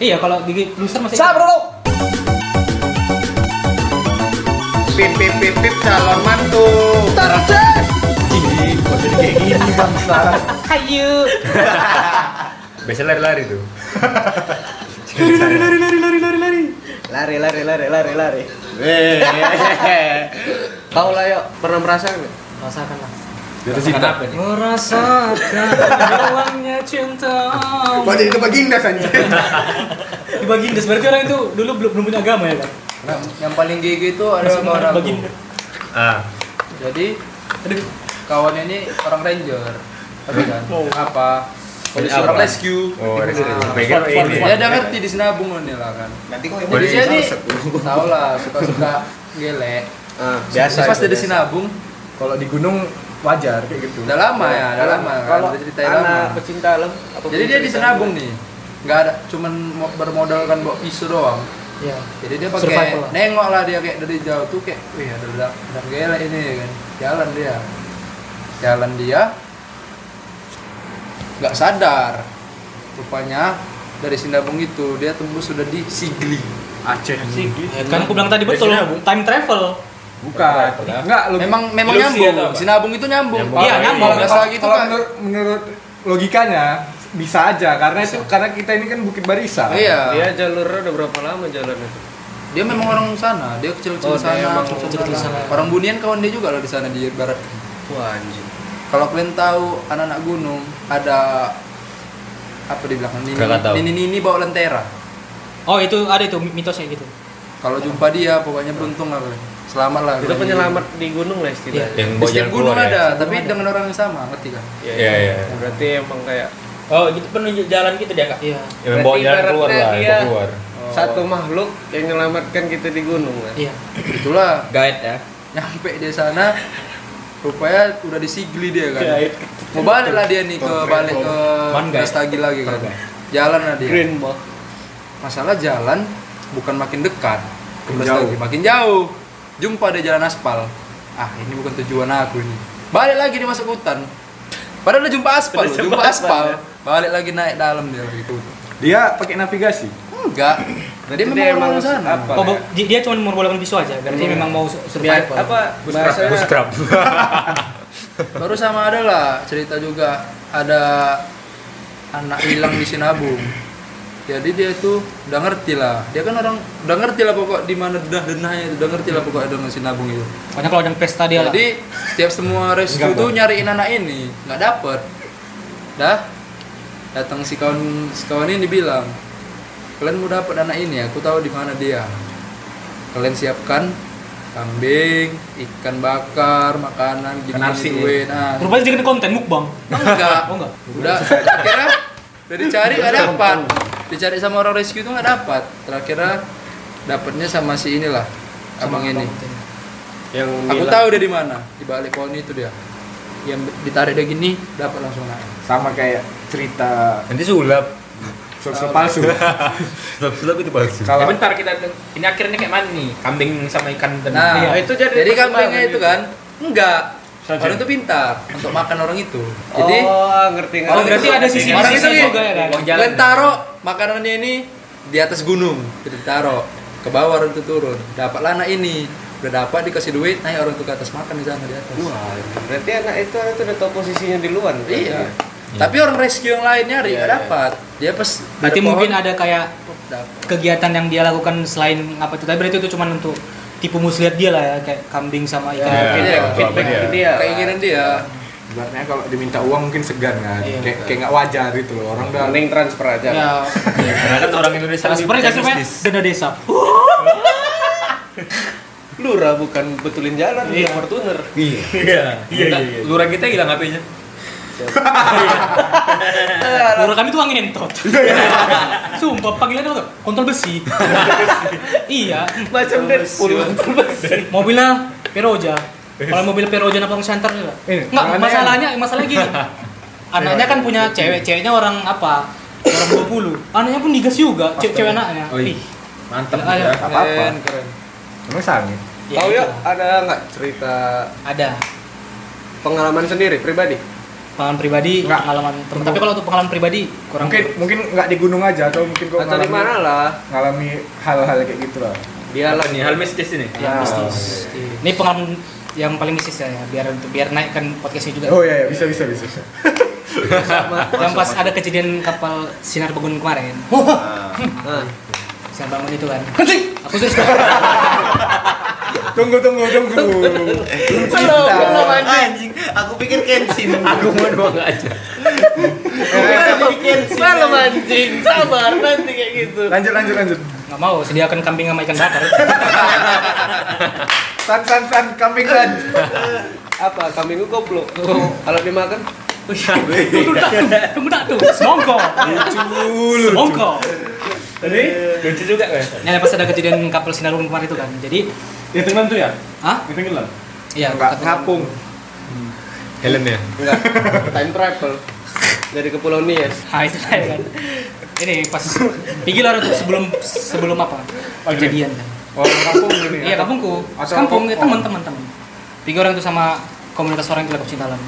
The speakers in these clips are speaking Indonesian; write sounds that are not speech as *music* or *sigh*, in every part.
Iya, kalau di loser masih Sabar lo. Pip pip pip pip calon mantu. Tarses. Ih, kok jadi kayak gini bang sekarang. *laughs* Hayu. Biasanya lari-lari tuh. Lari lari lari lari lari. Weh. Eh. Kau lah yuk pernah merasa nggak? Rasakan lah. Jatuh cinta. Kenapa nih? Merasakan dalamnya cinta. Kok jadi tempat gindas anjir. Di baginda berarti orang itu dulu belum belum punya agama ya kan? Nah, yang paling gigi itu ada Masih sama orang baginda. Ah, jadi Aduh, kawannya ini orang ranger tapi kan Oh. apa polisi apa? orang rescue oh, ada sih. Nah. Megan oh, ini. dia udah ngerti di sinabung nih lah kan Nanti kau Boleh. jadi dia nih Saset dulu. tau lah suka suka gelek Ah, biasa. Terus pas itu, dia di biasa. sinabung Kalau di gunung wajar kayak gitu. udah lama ya udah lama kan Kalau udah ceritanya lama anak pecinta alam. apa jadi dia pecinta di alam? sinabung nih nggak ada cuman mo- bermodalkan bawa pisau doang Iya. jadi dia Survival lah. pakai nengok lah dia kayak dari jauh tuh kayak wih ada ledak ledak gelek ini ya kan jalan dia jalan dia nggak sadar rupanya dari Sindabung itu dia tembus sudah di Sigli Aceh. Ya, Kan aku bilang tadi betul, Dari Sinabung. time travel. Bukan. Enggak, lo- memang memang ilusi atau nyambung apa? Sinabung itu nyambung Nyambung. Iya, Kalau- nyambung. kalau nggak salah gitu kalau kan menurut, menurut logikanya bisa aja karena itu karena kita ini kan Bukit Barisan. iya Dia jalurnya udah berapa lama jalan itu? dia memang orang sana dia kecil-kecil Oh, dia sana emang kecil-kecil kecil-kecil sana sana. orang Bunian kawan dia juga loh di sana di barat Wah anjing. Kalau kalian tahu anak-anak gunung ada apa di belakang nini Nggak tahu. nini nini bawa lentera. Oh, itu ada itu mitosnya gitu. Kalau jumpa dia pokoknya beruntung lah kalian. Selamat lah. Itu kalian. penyelamat di gunung lah Yang istilahnya. Di bawa setiap jalan gunung keluar ya? ada, tapi dengan orang yang sama, ngerti kan? Iya. Iya, iya. Berarti emang kayak Oh, gitu penunjuk jalan gitu dia, Kak. Iya. Yang bawa Berarti jalan keluar ibaratnya lah, yang bawa dia- Oh. keluar. satu makhluk yang menyelamatkan kita di gunung kan. Iya. Itulah Guide ya. nyampe dia sana rupanya udah disigli dia kan. Mau balik lah dia nih ke balik ke One guide. Bestagi lagi kan. One guide. Jalan lah dia. Green mah. Masalah jalan bukan makin dekat, ke Makin Bestagi jauh. makin jauh. Jumpa ada jalan aspal. Ah, ini bukan tujuan aku ini. Balik lagi dia masuk hutan. Padahal udah jumpa aspal, loh, jumpa aspal. Balik lagi naik dalam dia lagi ke hutan. Dia pakai navigasi. Enggak. Berarti dia Dia memang emang orang sana. apa? Oh, bu- dia dia cuma memperbolehkan pisau aja, berarti memang mau su- Biar survival. apa Bootstrap, bahasanya bootstrap. Baru sama ada lah cerita juga ada anak hilang di Sinabung. Jadi dia tuh udah ngerti lah. Dia kan orang udah ngerti lah pokok di mana dah denahnya itu udah ngerti lah pokok dengan Sinabung itu. Pokoknya kalau ada yang pesta dia Iya lah. Jadi setiap semua rescue tuh nyariin anak ini, nggak dapet. Dah, datang si kawan si kawan ini bilang, kalian mau dapet anak ini, aku tahu di mana dia. Kalian siapkan kambing, ikan bakar, makanan, gini Kenapsi, ya? duit. Nah, Rupanya jadi konten mukbang. enggak, Oh, enggak. udah akhirnya udah dicari nggak dapat, dicari sama orang rescue tuh nggak dapat. Terakhirnya dapatnya sama si inilah, abang ini. yang Aku bilang- tahu dia di mana, di balik pohon itu dia. Yang ditarik dia gini, dapat langsung naik. Sama kayak cerita Nanti sulap. sosok palsu. *laughs* Sulap-sulap itu palsu. Ya, Kalau bentar kita ini akhirnya kayak mana nih? Kambing sama ikan dan Nah, Iya, itu jadi jadi persembahan kambingnya itu gitu. kan enggak. Orang itu pintar untuk makan orang itu. Jadi oh ngerti ngerti. Oh, berarti ada sisi orang itu bisnisnya nih, juga ya kan? Uang jalan. kalian taruh makanannya ini di atas gunung, jadi ditaruh ke bawah orang itu turun. Dapatlah anak ini, udah dapat dikasih duit, naik orang itu ke atas makan di sana di atas. Wah, berarti anak itu anak itu udah tahu posisinya di luar. kan? Iya. Tapi orang rescue yang lain nyari nggak dapat. Dia pas Berarti dari mungkin pohon, ada kayak dapat. kegiatan yang dia lakukan selain apa itu tadi berarti itu cuma untuk tipu muslihat dia lah ya kayak kambing sama ikan. Iya, Feedback, apa feedback dia. ke dia. keinginan dia sebenarnya kalau diminta uang mungkin segan kan. Iya. kayak kayak nggak wajar gitu loh. Orang udah Mending transfer aja. Ya. Iya. Karena kan orang Indonesia Salah seperti lebih kasih namanya bisnis. ya? dana desa. Uh, Lurah bukan betulin jalan, Iya. iya. Fortuner. Iya, iya, iya. Lurah kita hilang HP-nya. Iya, kan? Lurah kami tuh angin entot. Sumpah panggilan apa? tuh? Kontol besi. iya, Macam Deadpool. mobilnya Peroja. Kalau mobil Peroja apa Center juga? Eh, Ini, Enggak, aneh. masalahnya masalahnya gini. Anaknya kan punya cewek, ceweknya orang apa? Orang 20. Anaknya pun digas juga, cewek cewek anaknya. Oh, iya. Ih, Mantap Ah, iya. ya. apa apa. Keren, keren. Emang sange. ya Kau itu. yuk ada nggak cerita Ada. pengalaman sendiri pribadi? pengalaman pribadi Nggak. pengalaman teman tapi kalau untuk pengalaman pribadi kurang mungkin mungkin nggak di gunung aja atau mungkin kok atau di mana lah ngalami hal-hal kayak gitu lah dia lah Apa nih hal mistis ini ya, Ah, mistis. ini pengalaman yang paling mistis ya biar untuk biar naikkan podcastnya juga oh iya, iya bisa bisa bisa *laughs* yang pas ada kejadian kapal sinar bangun kemarin nah, sinar bangun itu kan aku terus *laughs* tunggu tunggu tunggu belum Iya. belum anjing Anjing, aku pikir Kenshin. aku mau doang aja belum belum anjing sabar nanti kayak gitu lanjut lanjut lanjut nggak mau sediakan kambing sama ikan *laughs* bakar san san san kambing san apa kambing gua goblok kalau dimakan tunggu tak tuh tunggu tak tuh semongko semongko tadi lucu juga kan ya pas ada kejadian kapal sinar bangun kemarin itu kan jadi ya tenggelam tuh ya ah itu tenggelam iya nggak kata- ngapung Helen ya enggak time travel dari kepulauan Nias Ah itu lah ya kan. Ini pas pergi lah untuk sebelum sebelum apa? Kejadian kan. oh ngapung ini Iya kampungku. Atau- Kampung oh. teman-teman teman. Pergi orang itu sama komunitas orang yang cinta alam.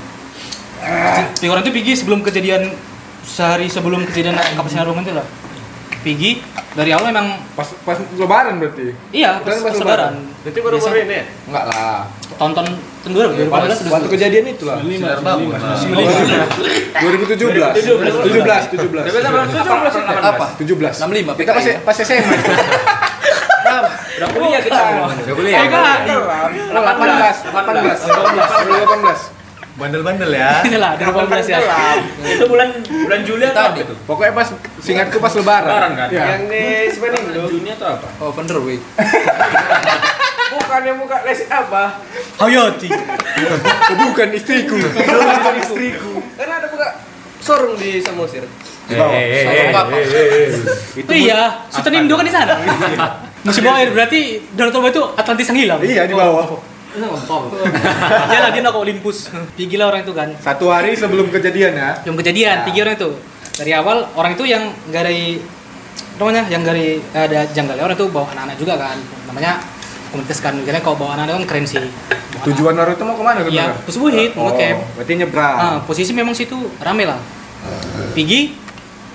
Pergi orang itu pergi sebelum kejadian sehari sebelum kejadian kapal sinar bangun itu lah. Pergi dari awal memang pas pas lebaran berarti iya pas, Kan pas pas lebaran. lebaran. nanti baru baru ini ya enggak lah Tonton tenggerak ya, waktu kejadian itu lah sinar bangun lah. 2017 17 17 apa 17 65 kita PKI. pasti pas SMA udah kuliah kita udah kuliah Bandel-bandel ya. Inilah 2018 ya. itu bulan bulan Juli atau apa itu Pokoknya pas singkatku pas lebaran. Lebaran kan? Iya. yang di bulan Speningdo Juni atau apa oh Vanderwijk bukan yang muka lesit apa Hayati. Oh, bukan istriku. bukan istriku. karena ada muka sorong di Samosir Eh. Itu iya, Sultan Indo kan di sana. *laughs* Musim bawah air berarti Danau Toba itu Atlantis yang hilang. Iya di bawah. *laughs* ya lagi nak ke Olympus. Pergi lah kan orang itu kan. Satu hari sebelum kejadian ya. Yang kejadian, pergi orang itu. Dari awal orang itu yang dari namanya yang dari ada janggalnya orang itu bawa anak-anak juga kan. Namanya komunitas kan. Misalnya kalau bawa anak-anak kan keren sih. Bawa Tujuan Naruto mau kemana anak. Iya, Pusubuhit, mau Oh, camp. berarti nyebrang. Ah, posisi memang situ rame lah. Pergi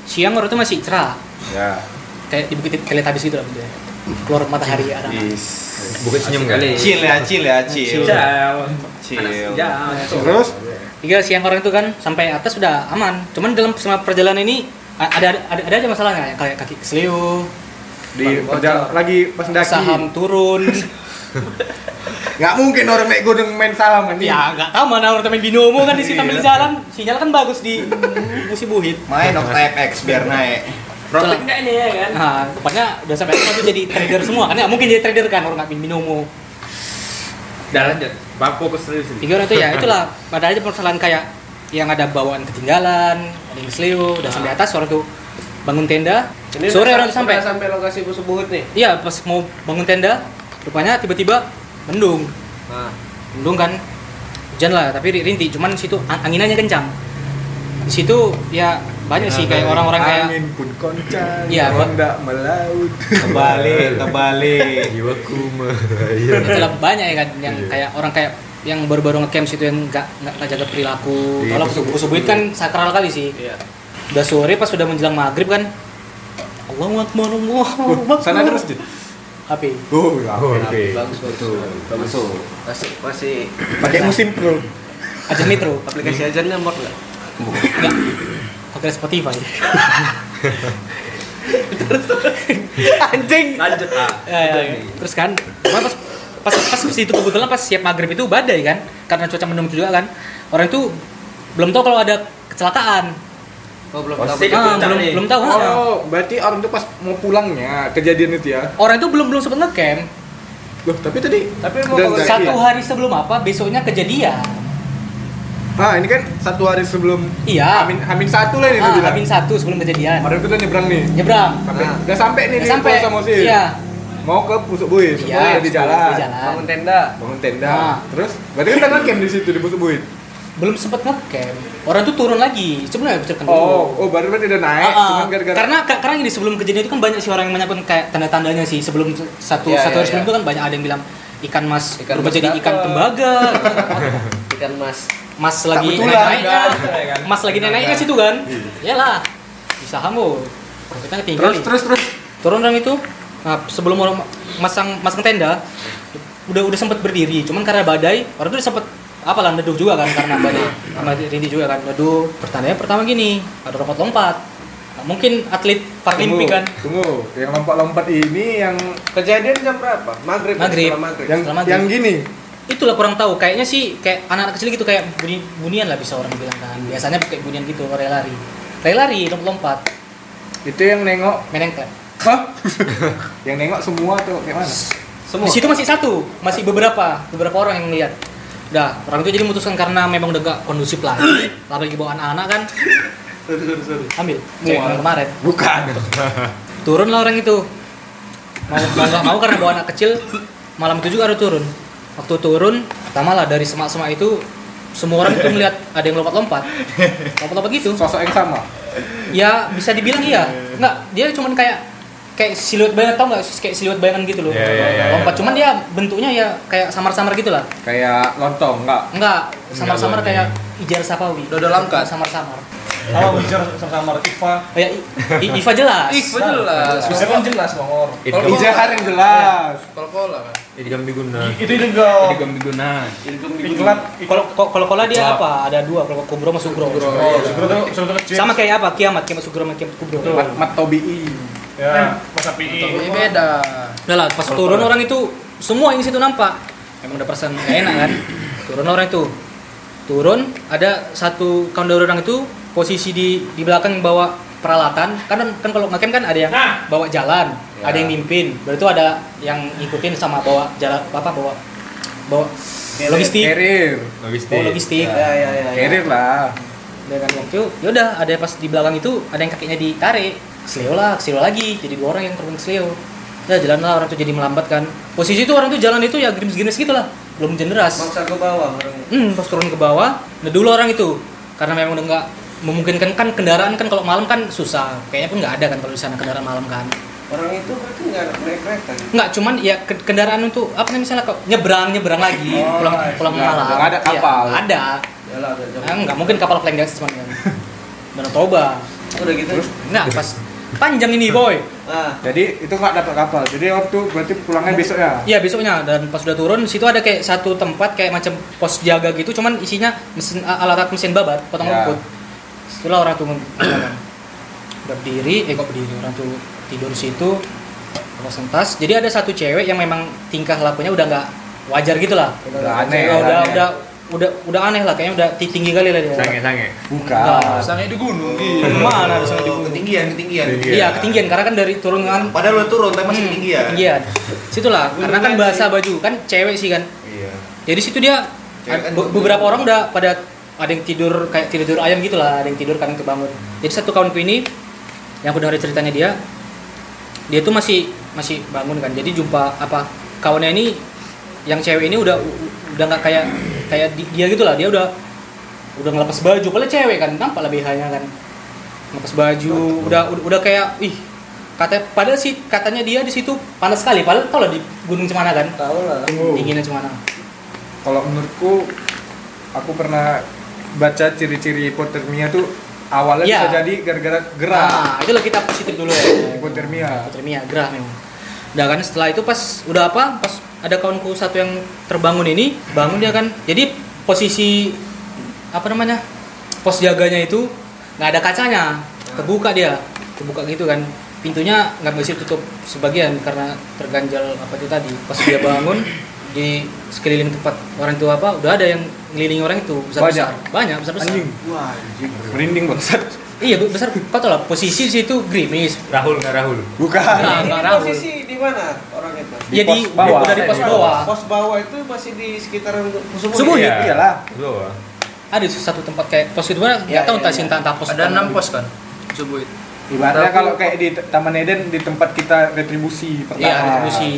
siang orang itu masih cerah. Ya. Kayak di bukit Teletubbies gitu lah bentuknya. Keluar matahari ada. bukit senyum kan Chill ya, chill ya, chill. Jauh. Chill. Anak Iya. sejauh. Terus Tiga siang orang itu kan sampai atas sudah aman. Cuman dalam selama perjalanan ini a- ada ada, ada aja masalahnya ya kayak kaki kesleo, di perjalanan lagi pas daki. saham turun. Nggak mungkin orang naik gunung main saham ini. ya nggak tahu mana orang temen binomo kan di situ sambil jalan. Sinyal kan bagus di musim buhit. Main Octa FX biar naik. Profit nggak ini ya kan? Nah, rupanya udah sampai atas itu jadi trader semua kan? Nggak mungkin jadi trader kan orang nggak binomo. Dah lanjut. Bang fokus serius ini. Tiga orang itu ya itulah pada aja permasalahan kayak yang ada bawaan ketinggalan, ada yang kesleo, udah sampai atas orang tuh bangun tenda. Sore orang tuh sampai. sampai lokasi Pusubuhut nih Iya, pas mau bangun tenda, rupanya tiba-tiba mendung. nah Mendung kan hujan lah, tapi ri- rintik, cuman situ an- anginannya kencang. Di situ ya banyak Nah, sih kayak orang-orang kayak angin pun koncang, Iya, orang nggak melaut. Kebalik, kebalik. Jiwaku itulah banyak ya kan yang Iya. kayak orang kayak yang baru-baru nge-camp situ yang nggak nggak nggak jaga perilaku. Iya, Kalau betul. subuh subuh kan sakral kali sih. iya Udah sore pas sudah menjelang maghrib kan. Allahu Akbar, Allahu Oh, Akbar. sana terus Jin. HP. Oh, ya. Oke. bagus betul bagus masih masih Pakai musim pro. Ajan Metro. aplikasi ajarnya mort nggak Enggak. Pakai Spotify. Anjing. Lanjut ah. Iya, Ya, ya, ya. Terus kan, cuman pas pas pas di situ kebetulan pas siap maghrib itu badai kan, karena cuaca mendung juga kan. Orang itu belum tahu kalau ada kecelakaan. oh belum Oh, tahu sih. Ah, puncak belum nih. belum tahu. ah. Oh, berarti orang itu pas mau pulangnya kejadian itu ya. Orang itu belum belum sempat ngecamp. Loh, tapi tadi tapi mau Dan- bagus. Iya. Satu hari sebelum apa, besoknya kejadian. Nah, ini kan satu hari sebelum Iya. Hamin Hamin satu lah ini Ah, dia bilang. Amin satu sebelum kejadian. Kemarin tuh udah nyebrang nih. Nyebrang. Sampai Ah. udah sampai nih Udah di sampai. Pulau Samosir. Iya. Mau ke Pusuk Buit. Pusuk Iya, Buit di jalan. di jalan. bangun tenda Bangun tenda. Ah. Terus berarti kan tanggal camp di situ di Pusuk Buit. Belum sempat ngecamp. Orang itu turun lagi. Sebenarnya bisa kendor. Oh, oh baru berarti udah naik Ah, ah. cuman gara-gara karena ka- karena ini sebelum kejadian itu kan banyak sih orang yang menyangkut kayak tanda-tandanya sih sebelum se- satu Iya, satu iya, hari sebelum iya. itu kan banyak ada yang bilang ikan mas Ikan berubah mas *laughs* jadi ikan datang. tembaga ikan mas Mas lagi betulan, naik-naiknya, kan? Mas lagi naik-naiknya situ kan? Iyalah. Bisa hamu. Kita tinggi. Iya. Terus nih. terus terus. turun orang itu nah, sebelum orang masang masang tenda udah udah sempat berdiri cuman karena badai orang tuh sempat apalah neduh juga kan karena badai sama rindih juga kan neduh pertandanya pertama gini ada lompat-lompat Nah, mungkin atlet Tunggu, paralimpik kan tunggu. Yang lompat-lompat ini yang Kejadian jam berapa? Maghrib. Maghrib. setelah maghrib. yang Setelah maghrib. yang gini. itulah kurang tahu kayaknya sih kayak anak-anak kecil gitu kayak bunyi bunian lah bisa orang bilang kan biasanya pakai bunian gitu rela lari rela lari lompat-lompat Itu yang nengok. meneng klep. Hah? *laughs* yang nengok semua tuh kayak mana? Di situ masih satu, masih beberapa, beberapa orang yang melihat. Dah, orang itu jadi memutuskan karena memang udah gak kondusif lah. Lalu lagi bawa anak-anak kan. Ambil, cek yang kemarin. Bukan. Turun lah orang itu. Mau mau nggak mau karena bawa anak kecil, malam itu juga ada turun. Waktu turun, pertama lah dari semak-semak itu semua orang itu melihat ada yang lompat-lompat. Lompat-lompat gitu. Sosok yang sama. Ya bisa dibilang iya. Enggak, dia cuman kayak kayak siluet bayangan tau nggak kayak siluet bayangan gitu loh. Iya, iya, iya, lompat iya. cuman dia bentuknya ya kayak samar-samar gitu lah. Kayak lontong enggak? Enggak, samar-samar Enggak, iya. kayak Ijar Safawi. Iya, Dodo Langkat. Samar-samar. Kalau bicara sama-sama IPA, Ya, I- I- Iva jelas. Ih, betul lah. bisa kan jelas bang Or. Kalau- Idgam Ijahar yang jelas. Kol-kola kan. Idgam diguna. Itu juga Idgam diguna. iklan Kalau kalau kola dia apa? Ada dua, kalau kubro sama sugro. Bro, sebetulnya sebetulnya kecil. Sama kayak apa? Kiamat, kiamat sugro sama kiamat kubro. Betul. Mat, mat Tobii. Ya, masa PI. Tapi beda. Udah lah, pas turun orang itu semua yang di situ nampak. Emang udah perasaan nggak enak kan? Turun orang itu. Turun ada satu kawan dari orang itu posisi di di belakang bawa peralatan kan kan kalau ngakem kan ada yang Nah. Ya. bawa jalan, ada yang mimpin. Berarti itu ada yang ngikutin sama bawa jalan apa bawa bawa logistik, Carrier. bawa logistik. Ya, ya, ya, ya. Carrier lah. Dengan waktu yaudah ada pas di belakang itu ada yang kakinya ditarik kesleo lah kesleo lagi jadi dua orang yang terbang kesleo ya jalan lah orang tuh jadi melambat kan posisi itu orang tuh jalan itu ya gerimis-gerimis gitu lah belum jeneras Mangsa ke bawah orangnya. hmm, pas turun ke bawah nah dulu orang itu karena memang udah nggak memungkinkan kan kendaraan kan kalau malam kan susah kayaknya pun nggak ada kan kalau di sana kendaraan malam kan Orang itu berarti nggak naik kereta. gitu. nggak cuman ya ke- kendaraan untuk apa namanya misalnya kok nyebrang nyebrang lagi Oh, pulang pulang iya. nggak- malam nggak ada Iya, kapal. nggak ada Yalah, Ya ada jam. Nah, nggak mungkin kapal flying diatas cuman Danau Toba Udah gitu. Nah, pas panjang ini boy. Ah, Jadi itu nggak dapat kapal. Jadi waktu berarti pulangnya besok ya. Iya besoknya dan pas udah turun situ ada kayak satu tempat kayak macam pos jaga gitu, cuman isinya mesin a- alat mesin babat, potong Ya. rumput. Setelah orang tuh menggunakan. udah *coughs* berdiri, eh kok berdiri orang tuh tidur situ lepas tas. Jadi ada satu cewek yang memang tingkah lakunya udah nggak wajar gitu lah. Udah aneh. Udah, udah aneh. udah udah udah aneh lah kayaknya udah ti- tinggi kali lah dia. Sange sange. bukan. Sange di gunung. Mana ada sama oh, ketinggian, ketinggian. Iya, ketinggian karena kan dari turun kan Hmm, Padahal lu turun tapi masih ketinggian. ketinggian situlah karena kan bahasa baju kan cewek sih kan Iya. jadi situ dia Cewek kan be- beberapa orang udah pada ada yang tidur kayak tidur tidur ayam gitulah ada yang tidur kadang kebangun jadi satu kawanku ini yang aku dengar ceritanya dia dia tuh masih masih bangun kan jadi jumpa apa kawannya ini yang cewek ini udah udah nggak kayak kayak di- dia gitulah dia udah udah ngelepas baju padahal cewek kan nampak lah BH-nya kan ngelepas baju udah udah, udah kayak ih kata padahal sih katanya dia di situ panas sekali padahal tau lah di gunung cemana kan Tahu lah. Oh. dinginnya cemana Kalau menurutku aku pernah baca ciri-ciri hipotermia tuh awalnya Iya. bisa jadi gara-gara gerah. nah itu lah kita positif dulu ya Hipotermia. hipotermia gerah memang Udah kan setelah itu pas udah apa pas ada kawanku satu yang terbangun ini bangun dia kan jadi posisi apa namanya pos jaganya itu nggak ada kacanya terbuka dia terbuka gitu kan pintunya nggak bisa tutup sebagian karena terganjal apa itu tadi pas dia bangun di sekeliling tempat orang itu apa udah ada yang ngelilingi orang itu besar besar banyak besar besar Anjing. Wah, anjing. Merinding bangsat. iya besar kau tau lah posisi di situ gerimis Rahul nggak Rahul. *laughs* Bukan. Nah, Ini nggak rawul. posisi di mana orang itu? Di jadi pos bawah. dari pos bawah Pos bawah itu masih di sekitaran subuh. Subuh, ya? iya. Iyalah. Lo. ada satu tempat kayak pos itu mana nggak Ya, tahu ya, entah ya. cinta entah pos Ada apa. enam pos kan. Subuh itu. Ibaratnya Tapi- kalau kayak di Taman Eden di tempat kita retribusi pertama. iya retribusi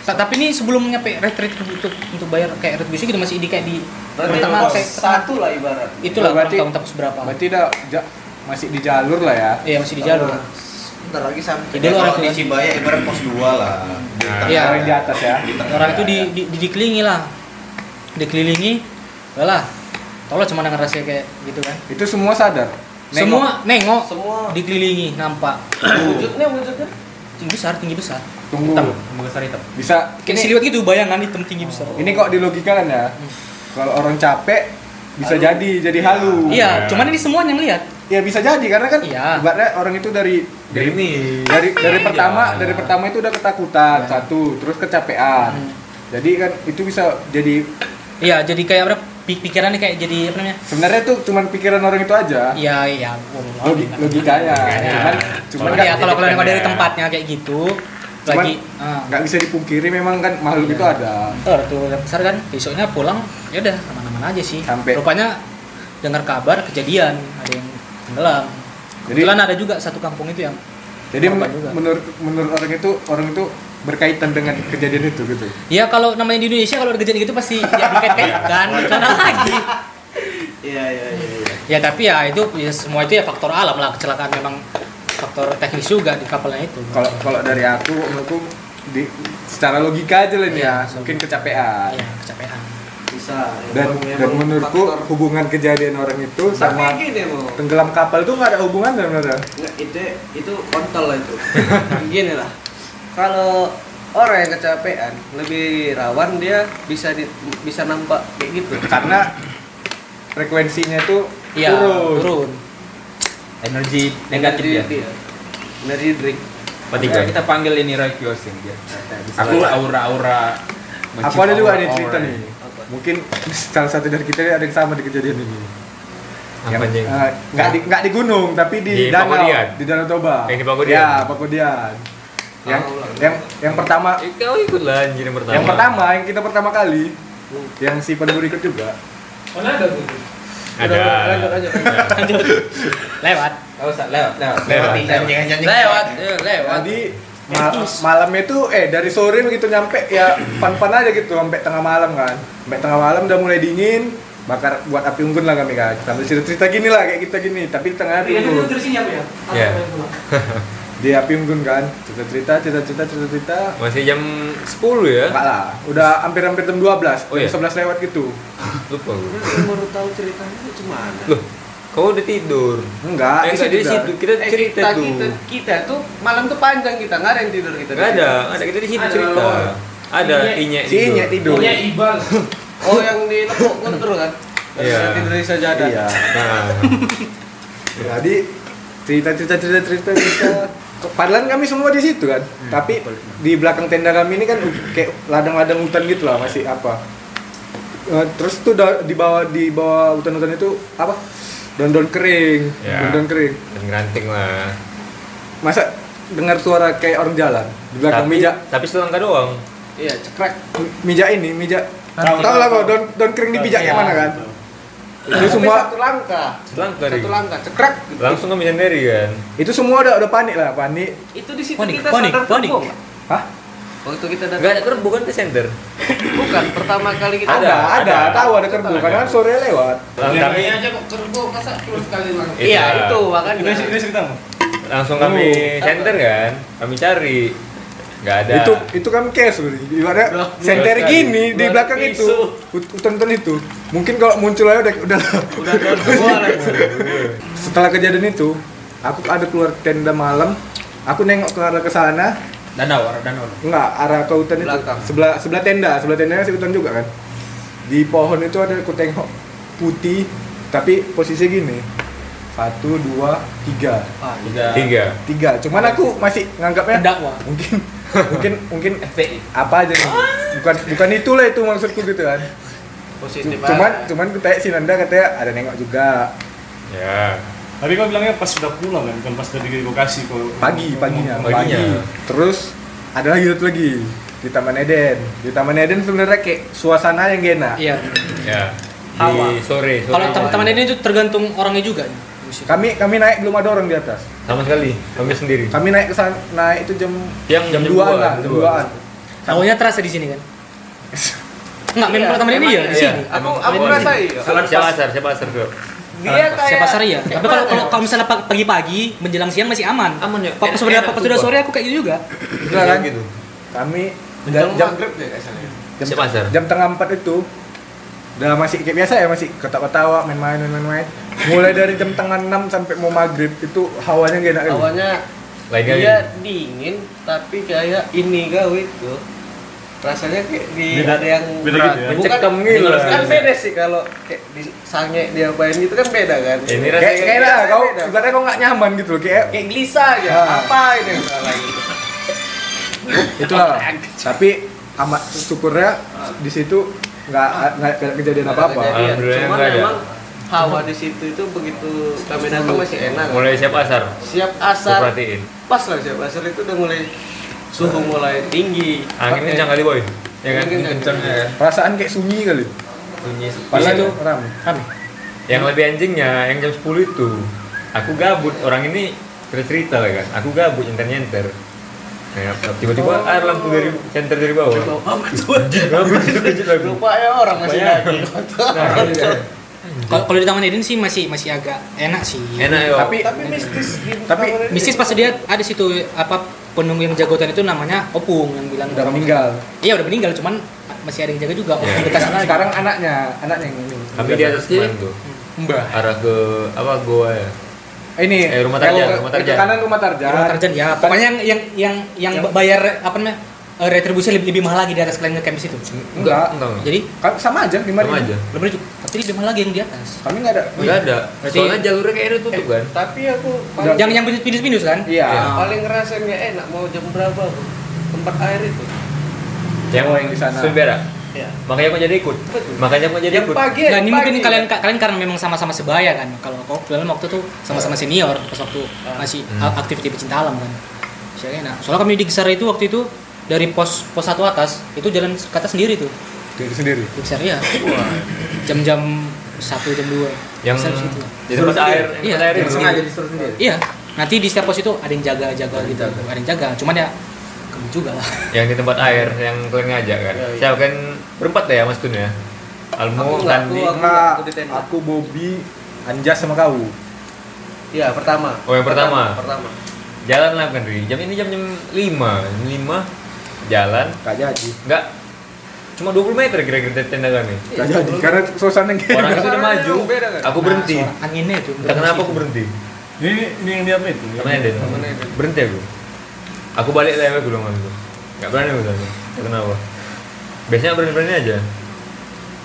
Ta- tapi ini sebelum nyampe retreat untuk untuk bayar kayak retribusi gitu masih di kayak di Berarti pertama pos kayak satu lah ibarat. itulah kurang Berarti- tahu entah pos berapa Berarti udah ja- masih di jalur lah ya. iya masih di jalur Ah. Ntar Ah, lagi sampai. Jadi lu orang Kalau di tuh- Cibaya ibarat pos dua lah. Di Nah. tengah. Iya. Orang di atas ya. Di tengah orang itu di, ya. di, di- dikelilingi lah dikelilingi lah Tolong cuma dengan rasanya kayak gitu kan. Itu semua sadar. Nengok. Semua nengok, Semua. dikelilingi nampak. Wujudnya wujudnya. Tinggi besar, tinggi besar. Tunggu. hitam kamu besar hitam Bisa Kayak siluet gitu bayangan hitam tinggi besar. ini kok dilogikan ya? Kalau orang capek bisa jadi jadi halu. Iya, cuman ini semua yang lihat. Ya bisa jadi karena kan Iya. ibaratnya orang itu dari dreamy dari dari pertama Iya. dari pertama itu udah ketakutan satu, terus kecapean. Iya. Hmm. Jadi kan itu bisa jadi Iya, jadi kayak apa? pik- Pikirannya kayak jadi apa namanya? sebenarnya tuh cuman pikiran orang itu aja. Iya, iya. wallah. Logi, logikanya. Logikanya. ya. Cuman cuman Cuman kan ya Iya. kalau kalian Jadi dari bukan ya. tempatnya kayak gitu, Cuman- lagi ah. nggak bisa dipungkiri memang kan makhluk Iya. itu ada. Ntar tuh udah besar kan, besoknya pulang ya udah aman-aman aja sih. Sampai- Rupanya dengar kabar kejadian ada yang tenggelam. Jadi- Kebetulan ada juga satu kampung itu yang Jadi Korban men- juga. menurut menurut orang itu orang itu berkaitan dengan kejadian itu gitu. Ya kalau namanya di Indonesia kalau ada kejadian gitu pasti ya dikait-kaitkan karena lagi. Iya iya iya. iya. Ya tapi ya itu ya semua itu ya faktor alam lah kecelakaan memang faktor teknis juga di kapalnya itu. Kalau kalau dari aku menurutku di secara logika aja lah ini ya, Iya. mungkin kecapean. ya kecapean. Bisa. Dan ya, Emang- dan emang menurutku faktor. hubungan kejadian orang itu Tapi sama gini loh. gitu. tenggelam kapal itu nggak ada hubungan kan, sebenarnya. Nggak, itu itu kontol lah *laughs* itu. Gini lah. Kalau orang yang kecapean lebih rawan dia bisa di, bisa nampak kayak gitu. Karena frekuensinya itu Iya, turun. turun. energi negatif ya Energi- iya. Energi drink. berarti Iya. kita panggil ini Roy Kiyosin biar Aku- aku aura-aura Aku ada juga nih mencium cerita aura-aura nih. ini. Apa? Mungkin salah satu dari kita ada yang sama di kejadian ini. apa Yang, anjing eh, nggak di nggak di gunung tapi di, Di danau Pakodian. di danau Toba. Yang di Pakodian. Ya, Pakodian. Yang Tahu lah. yang yang pertama Eh, kau ikut lah anjir yang pertama yang pertama yang kita pertama kali yang si penembur ikut juga. Mana ada tuh? ada Lanjut lanjut. Lewat. Gak usah lewat lewat. Lewat. lewat ya, eh, lewat Jadi ma- malamnya itu eh dari sore begitu nyampe ya pan-pan aja gitu sampai tengah malam kan. Sampai tengah malam udah mulai dingin bakar buat api unggun lah kami kan sambil cerita cerita gini lah kayak kita gini tapi Iya, tengah Iya. api unggun ya di api unggun kan cerita cerita cerita cerita cerita cerita masih jam 10 ya enggak lah udah hampir hampir jam 12 Oh, iya. jam 11 lewat gitu lupa gue Lu baru tahu ceritanya itu gimana? loh kau udah tidur enggak eh di enggak situ di dah. situ kita Eh, cerita kita, tuh kita, kita tuh malam tuh panjang kita nggak ada yang tidur kita. Gak ada, ada kita di situ Ada. cerita. Ada inyek si Inyek tidur Iya, Punya Ibal. Oh yang di lekuk kuntur kan? Iya. Yang Tidur di sajadah. iya Nah, jadi cerita cerita cerita cerita cerita padahal kami semua di situ kan Hmm. tapi di belakang tenda kami ini kan kayak ladang-ladang hutan gitu lah masih apa Eh, terus tuh da- di bawah di bawah hutan-hutan itu apa daun-daun kering Ya. daun-daun kering dan ngeranting lah. masa dengar suara kayak orang jalan di belakang Tapi, meja tapi selangkah doang. Iya cekrek. meja ini meja Tahu, tahu tahu, lah tahu. kok daun daun kering di bijak Iya. yang mana kan itu Iya. Tapi semua satu langkah. Selangkah Satu ding. langkah cekrek. gitu. Langsung kami sendiri kan. itu semua udah udah panik lah panik Itu di situ Panik, kita panik, sadar panik. terbung. Hah? Waktu kita Enggak datang ada kerbau kan ke center. bukan pertama kali kita ada ada, ada. tahu ada kerbau Ada. karena kan sore lewat Lang- Iya. Kami aja kok kerbau masa terus kali lagi. Iya itu makanya. Itu itu ceritamu. langsung kami center kan. Kami cari. Enggak ada. itu itu kan cash loh ibaratnya senter Dua gini di dua belakang isu. itu hut- hutan-hutan itu mungkin kalau muncul aja udah Eh, udah *laughs* Udah tahun kedua lah. setelah kejadian itu aku ada keluar tenda malam aku nengok ke arah ke sana danau, arah danau. Enggak, arah ke hutan itu. Belakang. Sebelah sebelah tenda, sebelah tendanya masih hutan juga kan. Di pohon itu ada aku tengok putih, tapi posisi gini. Satu, dua, tiga. Ah, Tiga. Tiga. Cuman aku masih nganggapnya Pendakwa. mungkin mungkin mungkin apa aja nih. Bukan bukan itulah itu maksudku gitu kan. Positif. Cuman aja. cuman kita si Nanda katanya ada nengok juga. Ya. Tapi kau bilangnya pas sudah pulang kan, bukan pas udah di lokasi kau. pagi paginya Paginya. pagi terus ada lagi satu lagi di Taman Eden di Taman Eden sebenarnya kayak suasana yang enak Iya. Ya. Hawa. Di sore, sore. Kalau Iya. teman-teman ini itu tergantung orangnya juga. kami kami naik belum ada orang di atas sama sekali kami sendiri. kami naik ke sana naik itu jam Yang jam dua dua, Iya. lah jam jam dua. duaan Tahunya terasa di sini kan. Enggak, main Iya, bola teman ini emang ya di iya. sini. Aku Emang- aku emang- rasa iya. Siapa pasar? Siapa pasar kok? Dia kayak. Siapa sari ya? kayak Tapi kalau mana kalau ya? kalau misalnya pag- pagi-pagi menjelang siang masih aman. Aman ya? Pas Enak- sudah enak, pas sudah sumpah. sore aku kayak gitu juga. Udah kan? gitu. kami Jam jam jam, maghrib ya, deh kayaknya. jam, Siapa pasar? jam tengah empat itu Udah masih kayak biasa ya masih ketawa-ketawa main-main main-main. Mulai dari jam tengah 6 sampai mau maghrib itu hawanya gak enak. gitu. awalnya Lainnya dia dingin tapi kayak ini kau itu rasanya kayak di Beda- ada yang beda berat. gitu ya? bukan Mencekam gitu kan rasanya. beda sih kalau kayak di sange diapain gitu kan beda kan Ini Kayak rasanya kayak lah Rasanya kau beda. ibaratnya kau nggak nyaman gitu loh kayak kayak gelisah aja Ah. apa ini yang salah gitu itulah. Tapi amat syukurnya di situ nggak nggak nggak kejadian apa-apa. Nggak ada kejadian. Alhamdulillah cuman nggak ada. memang hawa di situ itu begitu kami datang masih enak kan. mulai siap asar siap Gua asar perhatiin pas lah siap asar itu udah mulai suhu mulai tinggi anginnya kencang kali boy ya kan Angin kencangnya kan Perasaan kayak sunyi kali. bunyi Padahal situ- Iya. Nah, rame. Rame. yang lebih anjingnya yang jam 10 itu aku gabut orang ini cerita cerita lah kan aku gabut nyenter nyenter Nah, tiba-tiba ada lampu dari center dari bawah *laughs* gabut itu lagi lupa ya orang masih Lupa ya. lagi Nah, iya. Kalau kalau di Taman Eden sih masih masih agak enak sih. enak yo Tapi tapi mistis di Tapi kamar ini. Mistis pas dia ada situ apa penunggu yang jagotan itu namanya Opung yang bilang udah meninggal. Iya udah meninggal cuman masih ada yang jaga juga. Opung Iya. bekas lagi. Sekarang anaknya, anaknya yang ini. tapi di atas Jadi- kemarin tuh Mbah. arah ke apa goa ya ini Eh, rumah Tarjan, kalau- rumah Tarjan. itu kanan rumah Tarjan. Rumah Tarjan ya. Pokoknya yang yang yang, yang Iya. bayar apa namanya? eh, retribusi lebih, lebih mahal lagi di atas kalian ke campus itu. Enggak. enggak enggak Jadi Kan sama aja lima sama aja lebih juga. Tapi lebih mahal lagi yang di atas. Kami nggak ada. enggak ada Berarti- soalnya jalurnya kayaknya udah tutup kan tapi aku paling, Yang yang pinus-pinus kan? Iya. Iya. paling ngerasa nggak enak mau jam berapa Bu? tempat air itu yang Oh, yang di sana. Sun Berak. ya makanya aku jadi ikut Betul. makanya aku jadi yang ikut pagi Nah, ini pagi mungkin ya. kalian kalian karena memang sama-sama sebaya kan. Kalau kau dalam waktu tuh sama-sama senior pas waktu uh, masih Hmm. aktif di pecinta alam kan. Sialnya enak. Soalnya kami di Gesar itu waktu itu dari pos pos satu atas itu jalan ke atas sendiri tuh. Diri sendiri. Iya. Di Gesar ya. Jam-jam satu jam dua. yang Gesar di situ. di tempat air Iya. tempat air Yang itu. sengaja disuruh sendiri Iya. Nanti di setiap pos itu ada yang jaga-jaga gitu. Ada yang jaga. Cuman ya kamu juga lah. yang di tempat air yang kalian ngajak kan Iya, iya. siapa kan berempat ya mas Tun ya Almo Aku nggak, Tandi aku- Enggak. Iya. Aku di tenda. Aku Bobby Anjas sama kau. ya pertama Oh, yang pertama. pertama jalan lah kan Ri jam ini jam jam lima jam lima jalan Gak jadi. nggak cuma 20 meter kira-kira dari tenda kami Gak jadi. Karena suasana *laughs* yang Iya. orang itu udah Suaranya maju emang beda kan? Iya, aku berhenti Nah, suara anginnya itu. entah Iya. kenapa aku berhenti Ini ini yang dia apa itu? Sama Eden. Berhenti aku. Aku balik lah ke golongan itu. Gak berani aku sana. Gak Kenapa? Biasanya berani-berani aja.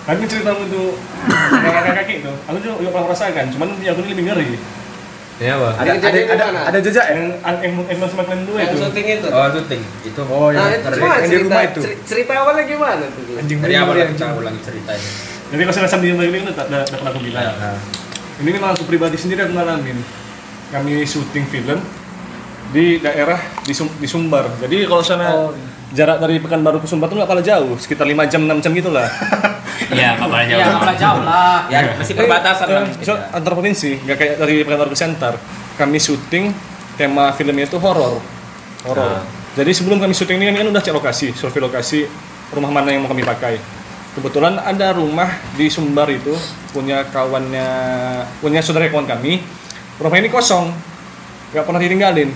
Kan ini ceritamu itu kakak kakak itu. gitu. Aku juga juga pernah merasakan, cuman punya aku ini lebih ngeri. Ini apa? ada ada kejadian di ada, mana? ada jejak ya? yang Yang yang yang sama kalian dua yang itu. iya. syuting itu oh syuting itu Oh nah iya. itu gimana yang di cerita rumah itu. cer- cerita awalnya gimana tuh Anjing dari awal berdiri, kita anjing. ulangi ceritanya Jadi kalau saya rasa di negeri ini udah udah pernah aku bilang. Nah, Ini memang aku pribadi sendiri aku ngalamin. Kami syuting film di daerah di, Sum- di Sumbar. Jadi kalau sana jarak dari Pekanbaru ke Sumbar itu nggak kalah jauh, sekitar 5 jam 6 jam gitulah. Iya, gak berani Ya, nggak jauh lah. Iya. ya masih perbatasan lah mungkin Eh, so, ya. antar provinsi, nggak kayak dari Pekanbaru ke Center. Kami syuting tema filmnya itu horor. Ah. Horor. Nah. Jadi sebelum kami syuting ini kami kan udah cek lokasi, survei lokasi rumah mana yang mau kami pakai. Kebetulan ada rumah di Sumbar itu punya kawannya punya saudara kawan kami. Rumah ini kosong. nggak pernah ditinggalin.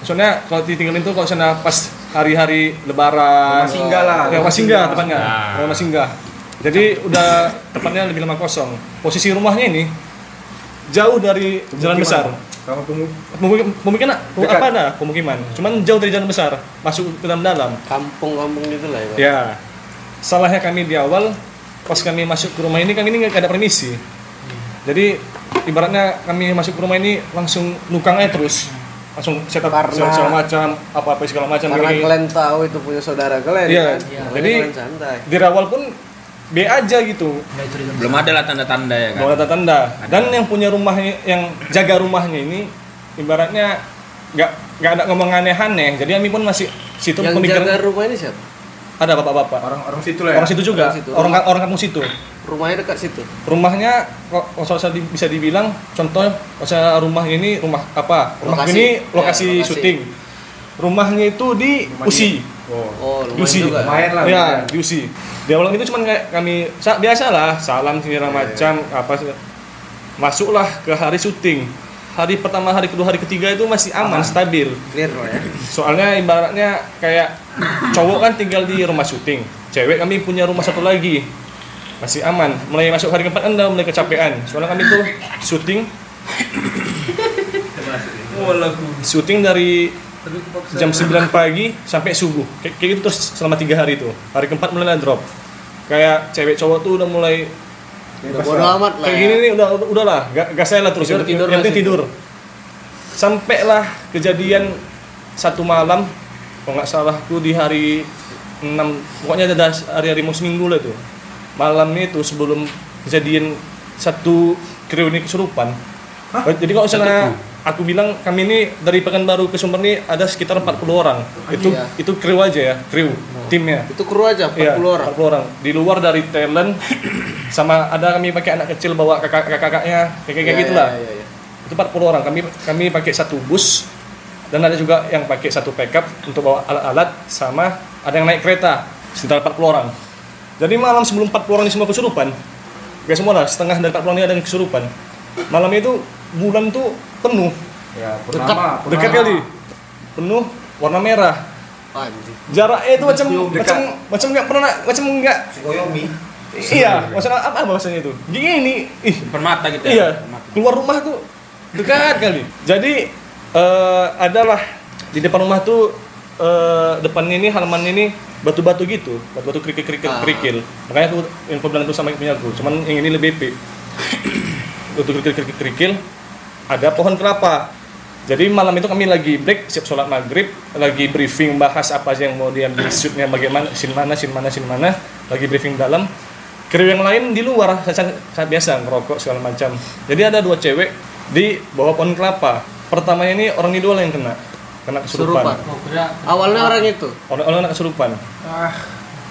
Maksudnya kalau ditinggalin tuh kalau sana pas hari-hari lebaran, Rumah singgah lah. Ya, rumah singgah tepatnya. Nah. Ah. Rumah singgah. Jadi udah tepatnya lebih lama kosong. Posisi rumahnya ini jauh dari jalan Pemukiman. besar. Sama tunggu. Pemukim- Pemukiman Dekat. apa ada pemukiman. Cuman jauh dari jalan besar, masuk ke dalam dalam. kampung-kampung gitu lah ya Ya. Salahnya kami di awal pas kami masuk ke rumah ini kami ini nggak ada permisi. Jadi ibaratnya kami masuk ke rumah ini langsung nukang aja terus. Langsung setup Karena- segala, segala macam, apa-apa segala macam karena gini-gini. kalian tahu itu punya saudara kalian Iya. kan Iya. Makanya Jadi, kalian santai Di awal pun B aja gitu, belum ada lah tanda-tanda ya kan mau ada tanda. Dan yang punya rumahnya, yang jaga rumahnya ini, ibaratnya nggak nggak ada ngomong aneh-aneh. Jadi kami pun masih situ yang jaga pemikiran rumah ini siapa ada bapak-bapak. Orang-orang situ lah ya. Orang situ juga, Orang situ. orang orang kampung situ. rumahnya dekat situ Rumahnya kok kalau saya di- bisa dibilang contohnya kalau saya rumah ini rumah apa? Rumah Lokasi. ini Ya, lokasi lokasi. syuting. Rumahnya itu di Rumah Usi. Oh. oh lumayan Usi. juga Lumayan lah. ya, lumayan. di USI. Di awal itu cuman kayak kami sa- biasa lah, salam Iya, segala macam apa se- masuklah ke hari syuting. Hari pertama, hari kedua, hari ketiga itu masih aman, stabil. clear lah ya Soalnya ibaratnya kayak cowok kan tinggal di rumah syuting, cewek kami punya rumah satu lagi. masih aman mulai masuk hari keempat anda mulai kecapean soalnya kami tuh syuting syuting dari jam 9 pagi sampai subuh Kay- kayak gitu terus selama tiga hari tuh hari keempat mulai drop kayak cewek cowok tuh udah mulai Bodo amat lah. ya. kayak gini nih udah udahlah gak, gak saya lah terus Tidur, tidur yang penting lah tidur sampailah kejadian satu malam kalau nggak salah tuh di hari 6 pokoknya ada hari-hari mau seminggu lah tuh malamnya itu sebelum kejadian satu kru ini kesurupan Oh, jadi kalau misalnya aku bilang kami ini dari Pekanbaru ke Sumber ini ada sekitar 40 orang itu iya. itu kru aja ya kru timnya Itu kru aja 40 Iya, orang. 40 orang. Di luar dari talent *coughs* sama ada kami pakai anak kecil bawa kakak-kakaknya kayak kayak gitu Iya, gitulah. iya, iya, iya. Itu 40 orang. Kami kami pakai satu bus dan ada juga yang pakai satu pickup untuk bawa alat-alat sama ada yang naik kereta sekitar 40 orang. Jadi malam sebelum 40 orang ini semua kesurupan. Gak semua lah, setengah dari 40 orang ini ada yang kesurupan. Malam itu bulan tuh penuh, Ya, purnama, purnama. dekat kali. Penuh warna merah. Anjing. Jaraknya itu macam Belum dekat. macam macam nggak pernah macam nggak Koyomi. Iya, maksudnya apa bahasanya itu? Gini ini, ih, Permata gitu iya, ya. Permata. keluar rumah tuh dekat kali. Jadi eh, adalah di depan rumah tuh eh, depannya ini halamannya ini batu-batu gitu, batu-batu kerikil kerikil Ah. kerikil. Makanya aku yang aku bilang itu sama punya aku, cuman yang ini lebih epic. batu kerikil kerikil kerikil, ada pohon kelapa. Jadi malam itu kami lagi break, siap sholat maghrib, lagi briefing bahas apa aja yang mau diambil shootnya bagaimana, sin mana, sin mana, sin mana, lagi briefing dalam. Kru yang lain di luar, saya, saya biasa ngerokok segala macam. Jadi ada dua cewek di bawah pohon kelapa. Pertamanya ini orang Nidola yang kena, kena kesurupan. Surupan. Awalnya orang itu. Orang, orang kena kesurupan.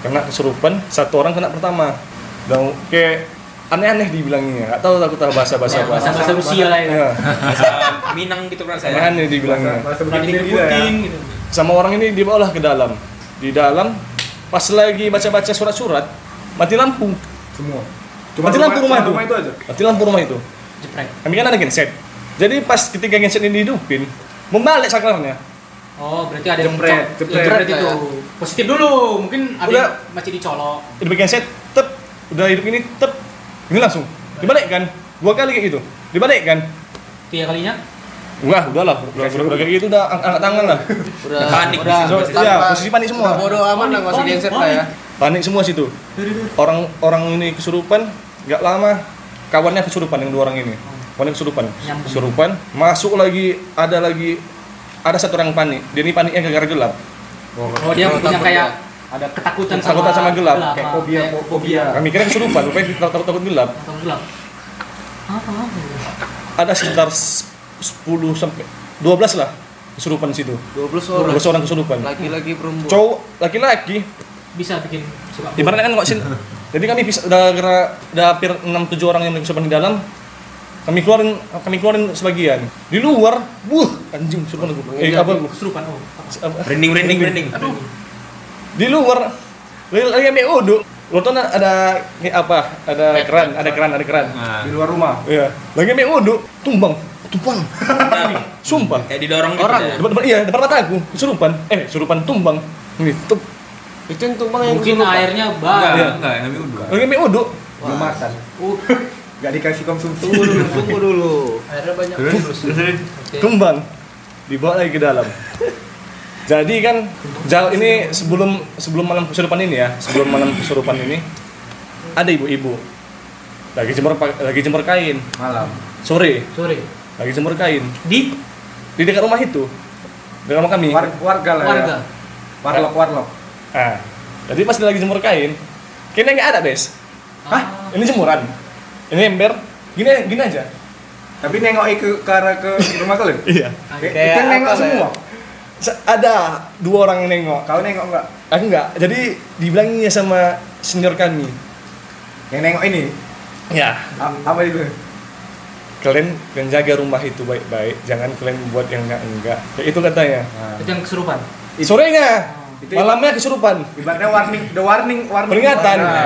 Kena kesurupan, satu orang kena pertama. Dan kayak aneh-aneh dibilangnya, nggak tahu aku tahu bahasa-bahasa apa. Bahasa bahasa Iya, Rusia lah ya. Ya, Bahasa Minang gitu kan saya. aneh-aneh dibilangnya. Bahasa Pernah begini gila ya. dikeputin gitu. sama orang ini dibawalah ke dalam di dalam pas lagi baca-baca surat-surat mati lampu ya, Semua. Mati lampu rumah cuma itu. itu aja. mati lampu rumah itu Jeprek. kami kan ada genset jadi pas ketika genset ini dihidupin membalik saklarnya Oh, berarti ada yang cok- Jepret, jepret. jepret itu. Kayak. Positif dulu, mungkin ada Udah. yang masih dicolok. hidup genset tep udah hidup ini tep ini langsung dibalik kan dua kali kayak gitu dibalik kan Tiga kalinya wah udahlah udah, udah, udah kayak gitu udah ang- angkat tangan lah Udah Panik udah, di situ pasti. Iya, tanpa- posisi panik semua. udah Bodo amat lah, enggak usah Panik, genset lah panik. ya. panik semua situ orang orang ini kesurupan nggak lama kawannya kesurupan yang dua orang ini kawannya kesurupan Nyambung. kesurupan masuk lagi ada lagi ada satu orang panik dia ini paniknya gara-gara gelap Oh, dia Kalau punya takut kayak ya. ada ketakutan sama Ketakutan sama gelap. Kayak fobia, fobia. kami kira kesurupan rupanya dia takut takut gelap Atau gelap. Apa? apa? ada sekitar s- 10 sampai 12 lah kesurupan di situ 12 orang. 12 orang kesurupan Laki-laki perempuan. cowok laki-lagi Bisa bikin sepak bola. ibaratnya kan nggak sin jadi kami bisa udah gara udah hampir 6 7 orang yang kesurupan di dalam kami keluarin kami keluarin sebagian di luar buh anjing kesurupan aku eh Iya, apa iya. Kesurupan. Oh, apa? apa- Branding branding branding. Aduh, di luar lagi lagi ambil uduk luar tuh ada- ada ini apa ada keran ada keran ada keran Nah. Di luar rumah. iya lagi ambil uduk tumbang tumbang sumpah Kayak didorong gitu Orang. ya. depan depan iya depan mata aku kesurupan eh kesurupan tumbang Gitu. ini tuh Itu yang tumbang yang mungkin kesurupan. airnya banyak. Ah, enggak, kami udah. Iya. lagi ambil uduk Belum makan. Uh, Gak dikasih konsumsi. tunggu dulu, tunggu dulu. Airnya banyak. tumbang dibawa lagi ke dalam jadi kan jauh ini sebelum sebelum malam kesurupan ini ya sebelum malam kesurupan ini ada ibu-ibu lagi jemur pa- lagi jemur kain *laughs* Malam. sore Sorry. lagi jemur kain Di di dekat rumah itu dekat rumah kami War- warga lah ya. warga. Warlock, warlock. ah jadi pas dia lagi jemur kain kayaknya nggak ada bes Hah? ini jemuran ini ember gini gini aja Tapi nengok ke, ke arah ke rumah kalian. iya Kayak kita nengok apa lah ya? semua. Se- ada dua orang yang nengok Kau nengok nggak? aku nggak jadi dibilanginnya sama senior kami Yang nengok ini ya a- apa itu? kalian kalian jaga rumah itu baik-baik jangan kalian buat yang enggak enggak kayak itu katanya Nah, Ah, Itu yang kesurupan. sorenya Itu- malamnya kesurupan ibaratnya warning, the warning, warning. Peringatan. Nah,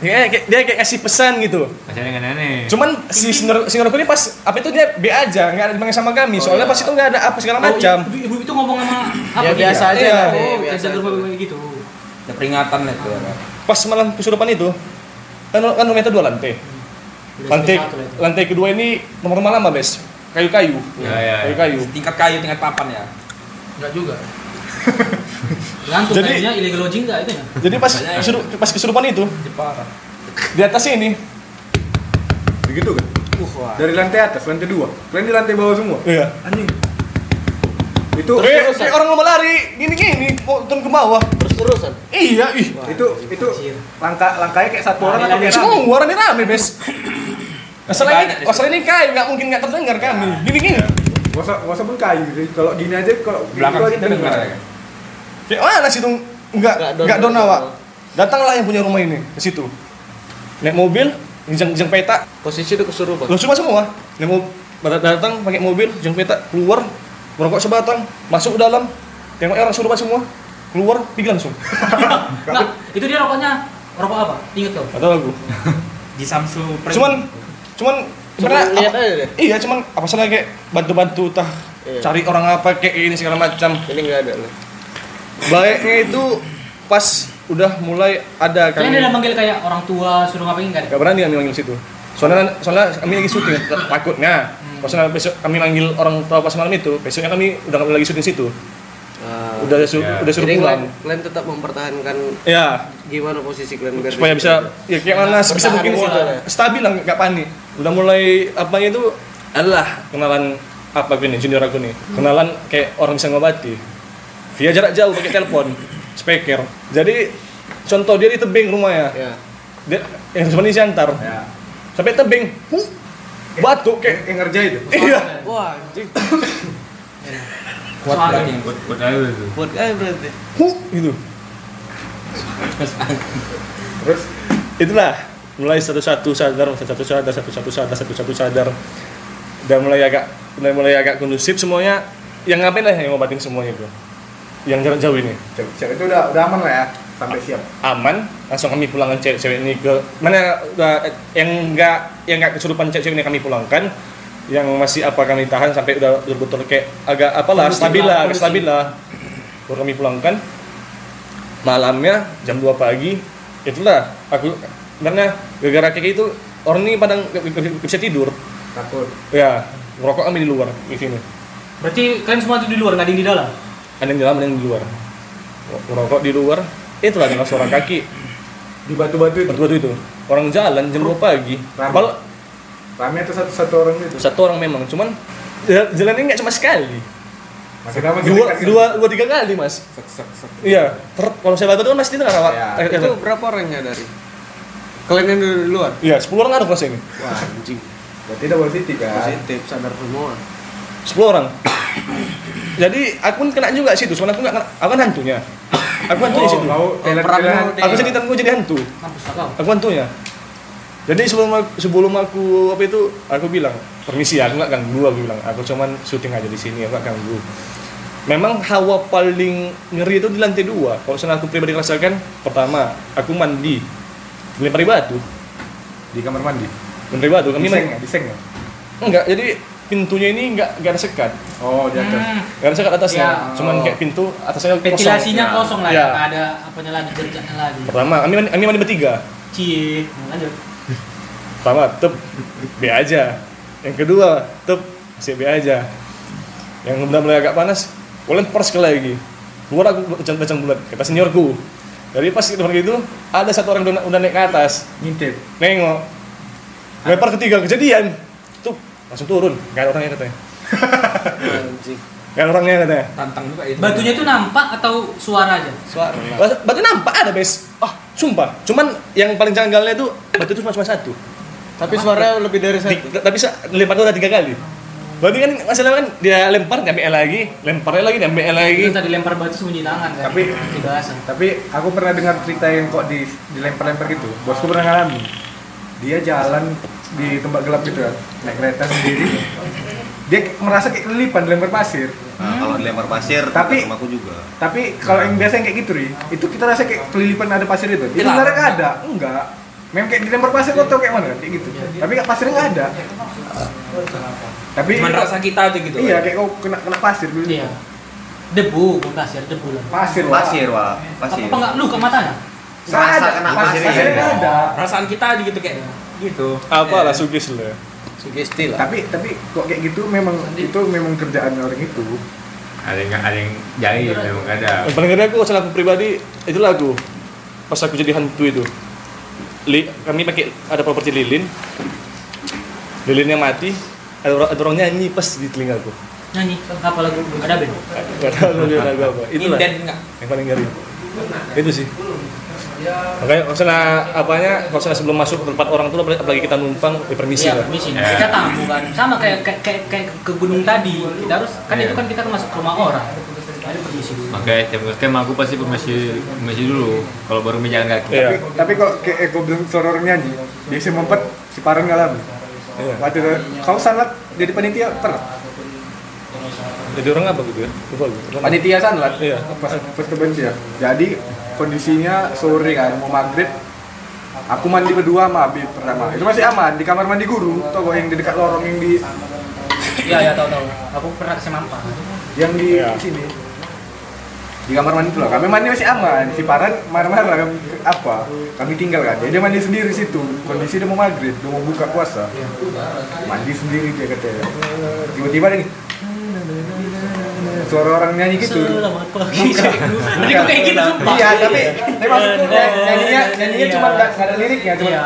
dia Iya, kayak, dia kayak kasih pesan gitu Macam yang aneh. cuman si senior senior aku ini pas apa itu dia B aja nggak ada dipanggil sama kami soalnya pas itu nggak ada apa segala macam Oh, ibu, ibu itu ngomong sama apa? Ya dia? biasa aja Iya. lah. Oh, biasa biasa aja. rumah kayak gitu. kan? Ada peringatan lah itu ya. Kak. pas malam kesurupan itu kan kan rumah itu dua lantai lantai lantai kedua ini nomor rumah lama bes kayu-kayu Iya. Ya, ya, ya. kayu-kayu Tingkat kayu, tingkat papan ya. Enggak juga. Gantung Jadi- kayaknya illegal lodging nggak itu ya? jadi pas kesurup, pas kesurupan itu di atas ini Begitu kan? Dari lantai atas, lantai dua. Kalian di lantai bawah semua. iya Itu Eh, eh, orang lomba lari gini-gini mau turun ke bawah terus terusan iya ih itu itu langkah langkahnya kayak satu orang atau Rame kayak semua rame-rame bes masalah ini Banyak di masalah ini kayu nggak mungkin nggak terdengar kami gini-gini Gak usah, gak usah pun kayu. Jadi Kalau gini aja kalau gini belakang tuh aja kita dengar. dengar kan Kayak mana sih tuh nggak Nggak nggak down- down awak. Datanglah yang punya rumah ini ke situ. Naik mobil, jeng jeng peta, posisi itu kesurupan lo semua semua. Naik mobil, datang pakai mobil, jeng peta, keluar, merokok sebatang, masuk ke dalam, tengoknya orang suruh semua, keluar, pergi langsung. Nah, itu dia rokoknya rokok apa? Ingat kau? Kata aku. Di Samsung Print. Cuman, cuman pernah sebenarnya lihat apa- aja deh iya cuman apa salah kayak bantu-bantu tah Iya. cari orang apa kayak ini segala macam ini nggak ada loh baiknya itu pas udah mulai ada Kalian ada manggil kayak orang tua suruh ngapain nggak? ada? Gak berani kami manggil situ. Soalnya soalnya kami lagi syuting takutnya. Soalnya besok kami manggil orang tua pas malam itu, besoknya kami udah nggak boleh lagi syuting situ. Udah su- Ya. udah suruh jadi pulang. kalian, kalian tetap mempertahankan Ya, gimana posisi kalian biar supaya bisa ya kayak mana bisa bertahan mungkin di situ lah. stabil lah nggak panik. Udah mulai apa itu adalah kenalan apa gini junior aku nih. Kenalan kayak orang bisa ngobati. Via jarak jauh pakai telepon, speaker. Jadi contoh dia di tebing rumahnya. ya Dia yang sebenarnya si antar. Sampai tebing, huh, batuk kayak Ya. Yang ngerjain itu. Iya. wah anjing kuat Soalnya- lagi kuat kuat aja itu buat eh berarti Huh, gitu. Terus Itulah mulai satu-satu sadar, satu-satu sadar, satu-satu sadar, satu-satu sadar. Dan mulai agak mulai mulai agak kondusif semuanya. Yang ngapain lah yang ngobatin semuanya, Bro? Yang jarak jauh ini. cewek cewek itu udah udah aman lah ya sampai siap. Aman, langsung kami pulangkan cewek-cewek ini ke mana udah yang enggak yang enggak kesurupan cewek-cewek ini kami pulangkan yang masih apa kami tahan sampai udah betul-betul kayak agak apalah Kondusif stabil lah, lah, agak kondusif. stabil lah. Baru kami pulangkan malamnya jam 2 pagi itulah aku karena gara-gara kayak gitu orang ini padang nggak- nggak nggak bisa tidur Takut. ya merokok kami di luar di sini Berarti kalian semua itu di luar nggak ada yang di dalam? ada yang di dalam ada yang di luar merokok di luar itulah dengan suara kaki Di batu-batu itu. berdua itu orang jalan jam 2 pagi Rame. kalau Rame itu satu-satu orang itu. satu orang memang cuman jal- jalannya nggak cuma sekali Makin lama kita dua kasih- dua dua tiga kali mas Sek, sek, sek. iya ter- kalau saya bantu itu kan masih di tengah Pak. Ya, Eh, itu berapa orangnya dari kalian yang dari luar iya sepuluh orang ada kelas ini wah anjing Berarti double city kan. positif sadar semua 10 orang. *coughs* Jadi aku pun kena juga situ, soalnya aku nggak kena, aku kan hantunya. Aku hantunya situ. Kau telan perang telan. mau Aku jadi aku jadi hantu. Mampus lah kau. Aku hantunya. Jadi sebelum aku, sebelum aku apa itu, aku bilang permisi ya, aku nggak ganggu. Aku bilang aku cuman syuting aja di sini, aku nggak ganggu. Memang hawa paling ngeri itu di lantai dua. Kalau misalnya aku pribadi rasakan, pertama aku mandi, melempari batu, Di kamar mandi. melempari batu. Kami Di seng main. ya, di seng ya. Enggak, jadi pintunya ini enggak enggak ada sekat, Oh, di Hmm. atas. enggak ada sekat atasnya, Ya. cuman kayak pintu atasnya kosong. Ventilasinya kosong lah, Iya. ya. nggak ada apanya lagi, jejaknya lagi. Pertama, kami mandi, kami mandi bertiga. Cie, lanjut. Pertama, tep, B aja. Yang kedua, tep, masih B aja. Yang udah mulai agak panas, kalian pers sekali lagi. Keluar aku bacang-bacang bulat, kata seniorku. Jadi pas kita pergi itu, ada satu orang udah, udah naik ke atas, Ngintip. nengok. Lempar ketiga kejadian, tuh langsung turun, gak ada orangnya katanya. anjing Gak ada orangnya katanya. tantang juga itu. Batunya itu nampak atau suara aja? suara lah Batu, batu nampak ada bes. Ah, sumpah. Cuman yang paling janggalnya itu batu itu cuma cuma satu. tapi suaranya lebih dari Di- satu tapi sa- lempar udah tiga kali. Berarti kan masalahnya kan dia lempar nggak BL lagi, lemparnya lagi nggak BL lagi. Itu tadi lempar batu sembunyi tangan kan? Tapi- dibahas. Tapi aku pernah dengar cerita yang kok di dilempar-lempar gitu. Bosku pernah ngalamin. Dia jalan di tempat gelap gitu kan, naik kereta sendiri. Dia k- merasa kayak kelipan dilempar pasir. Nah, kalau dilempar pasir, Tapi- dekat rumahku juga. Tapi kalau yang biasa yang kayak gitu nih, itu kita rasa kayak kelilipan ada pasir itu. Itu Hilang. sebenarnya nggak ada, enggak. Memang kayak dilempar pasir kau tau kayak mana kan, kayak gitu. Tapi nggak pasirnya nggak ada. Tapi Cuman rasa kita aja gitu. iya kayak gitu. kau kena kena pasir dulu. Iya. Debu, bukan pasir, debu lah. Pasir, Wak. Pasir, Wak. Apa Pasir. apa nggak luka matanya? Rasa Ada, kena masa sendiri. saya ada. perasaan kita aja gitu kayaknya gitu Apa lah sugis lah. sugesti lah Tapi tapi kok kayak gitu memang itu memang kerjaan orang itu. ada yang ada yang jahil memang ada Yang paling ngeri aku salah aku pribadi itulah aku pas aku jadi hantu itu. Li, kami pakai ada properti lilin. Lilinnya mati, ada, orang- ada orang nyanyi pas di telingaku. nyanyi apa lagu ada band Gak tahu dia lagu apa. Itulah inden enggak yang paling ngeri. Itu sih. Makanya kalau sana apanya kalau sana sebelum masuk ke tempat orang tuh apalagi kita numpang ya permisi Iya, lah. Eh. misi. Ya. Kita tamu kan. Sama kayak kayak kayak, kayak ke gunung tadi. Kita harus kan Iya. itu kan kita masuk ke rumah orang. Ada permisi dulu. makanya tiap time aku pasti permisi permisi dulu kalau baru meja kaki Iya. Tapi, tapi kok kayak eh, gue bilang suara orang nyanyi, di SMA 4 Separan ngalamin. Iya. Waktu itu, kau sanlat jadi panitia pernah? Jadi orang apa gitu ya? Lupa gue. Panitia sanlat? Iya. Pas, pas kebenci ya. Jadi kondisinya sore kan, mau maghrib, aku mandi berdua sama Abi pertama. Itu masih aman di kamar mandi guru, tau gak yang di dekat lorong yang di Iya, ya tahu tahu. Aku pernah ke SMA empat. yang di Iya. sini di kamar mandi tuh lah kami mandi masih aman si Paran marah-marah kami- apa kami tinggal kan dia, dia mandi sendiri situ kondisi dia mau maghrib dia mau buka puasa mandi sendiri dia katanya tiba-tiba ada nih suara orang nyanyi gitu Selamat *laughs* pagi. Jadi aku kayak gitu sumpah. iya tapi tapi maksudku ny- nyanyinya nyanyinya cuma nggak nggak ada liriknya cuma Iya.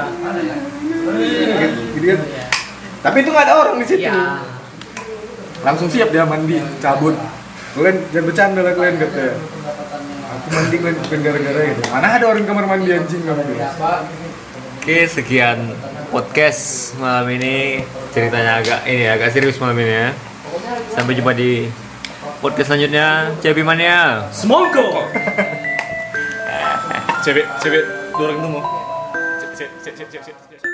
gitu, gitu kan. tapi itu nggak ada orang di situ Iya. langsung siap dia mandi cabut kalian jangan bercanda lah kalian katanya aku mandi kalian bukan gara-gara itu mana ada orang kamar mandi anjing kamu bilang. oke sekian podcast malam ini ceritanya agak ini agak serius malam ini ya sampai jumpa di podcast selanjutnya Cepi Mania Semoga. gitu Cewek, cewek, dua orang itu mau. Cewek, cewek, cewek, cewek, cewek.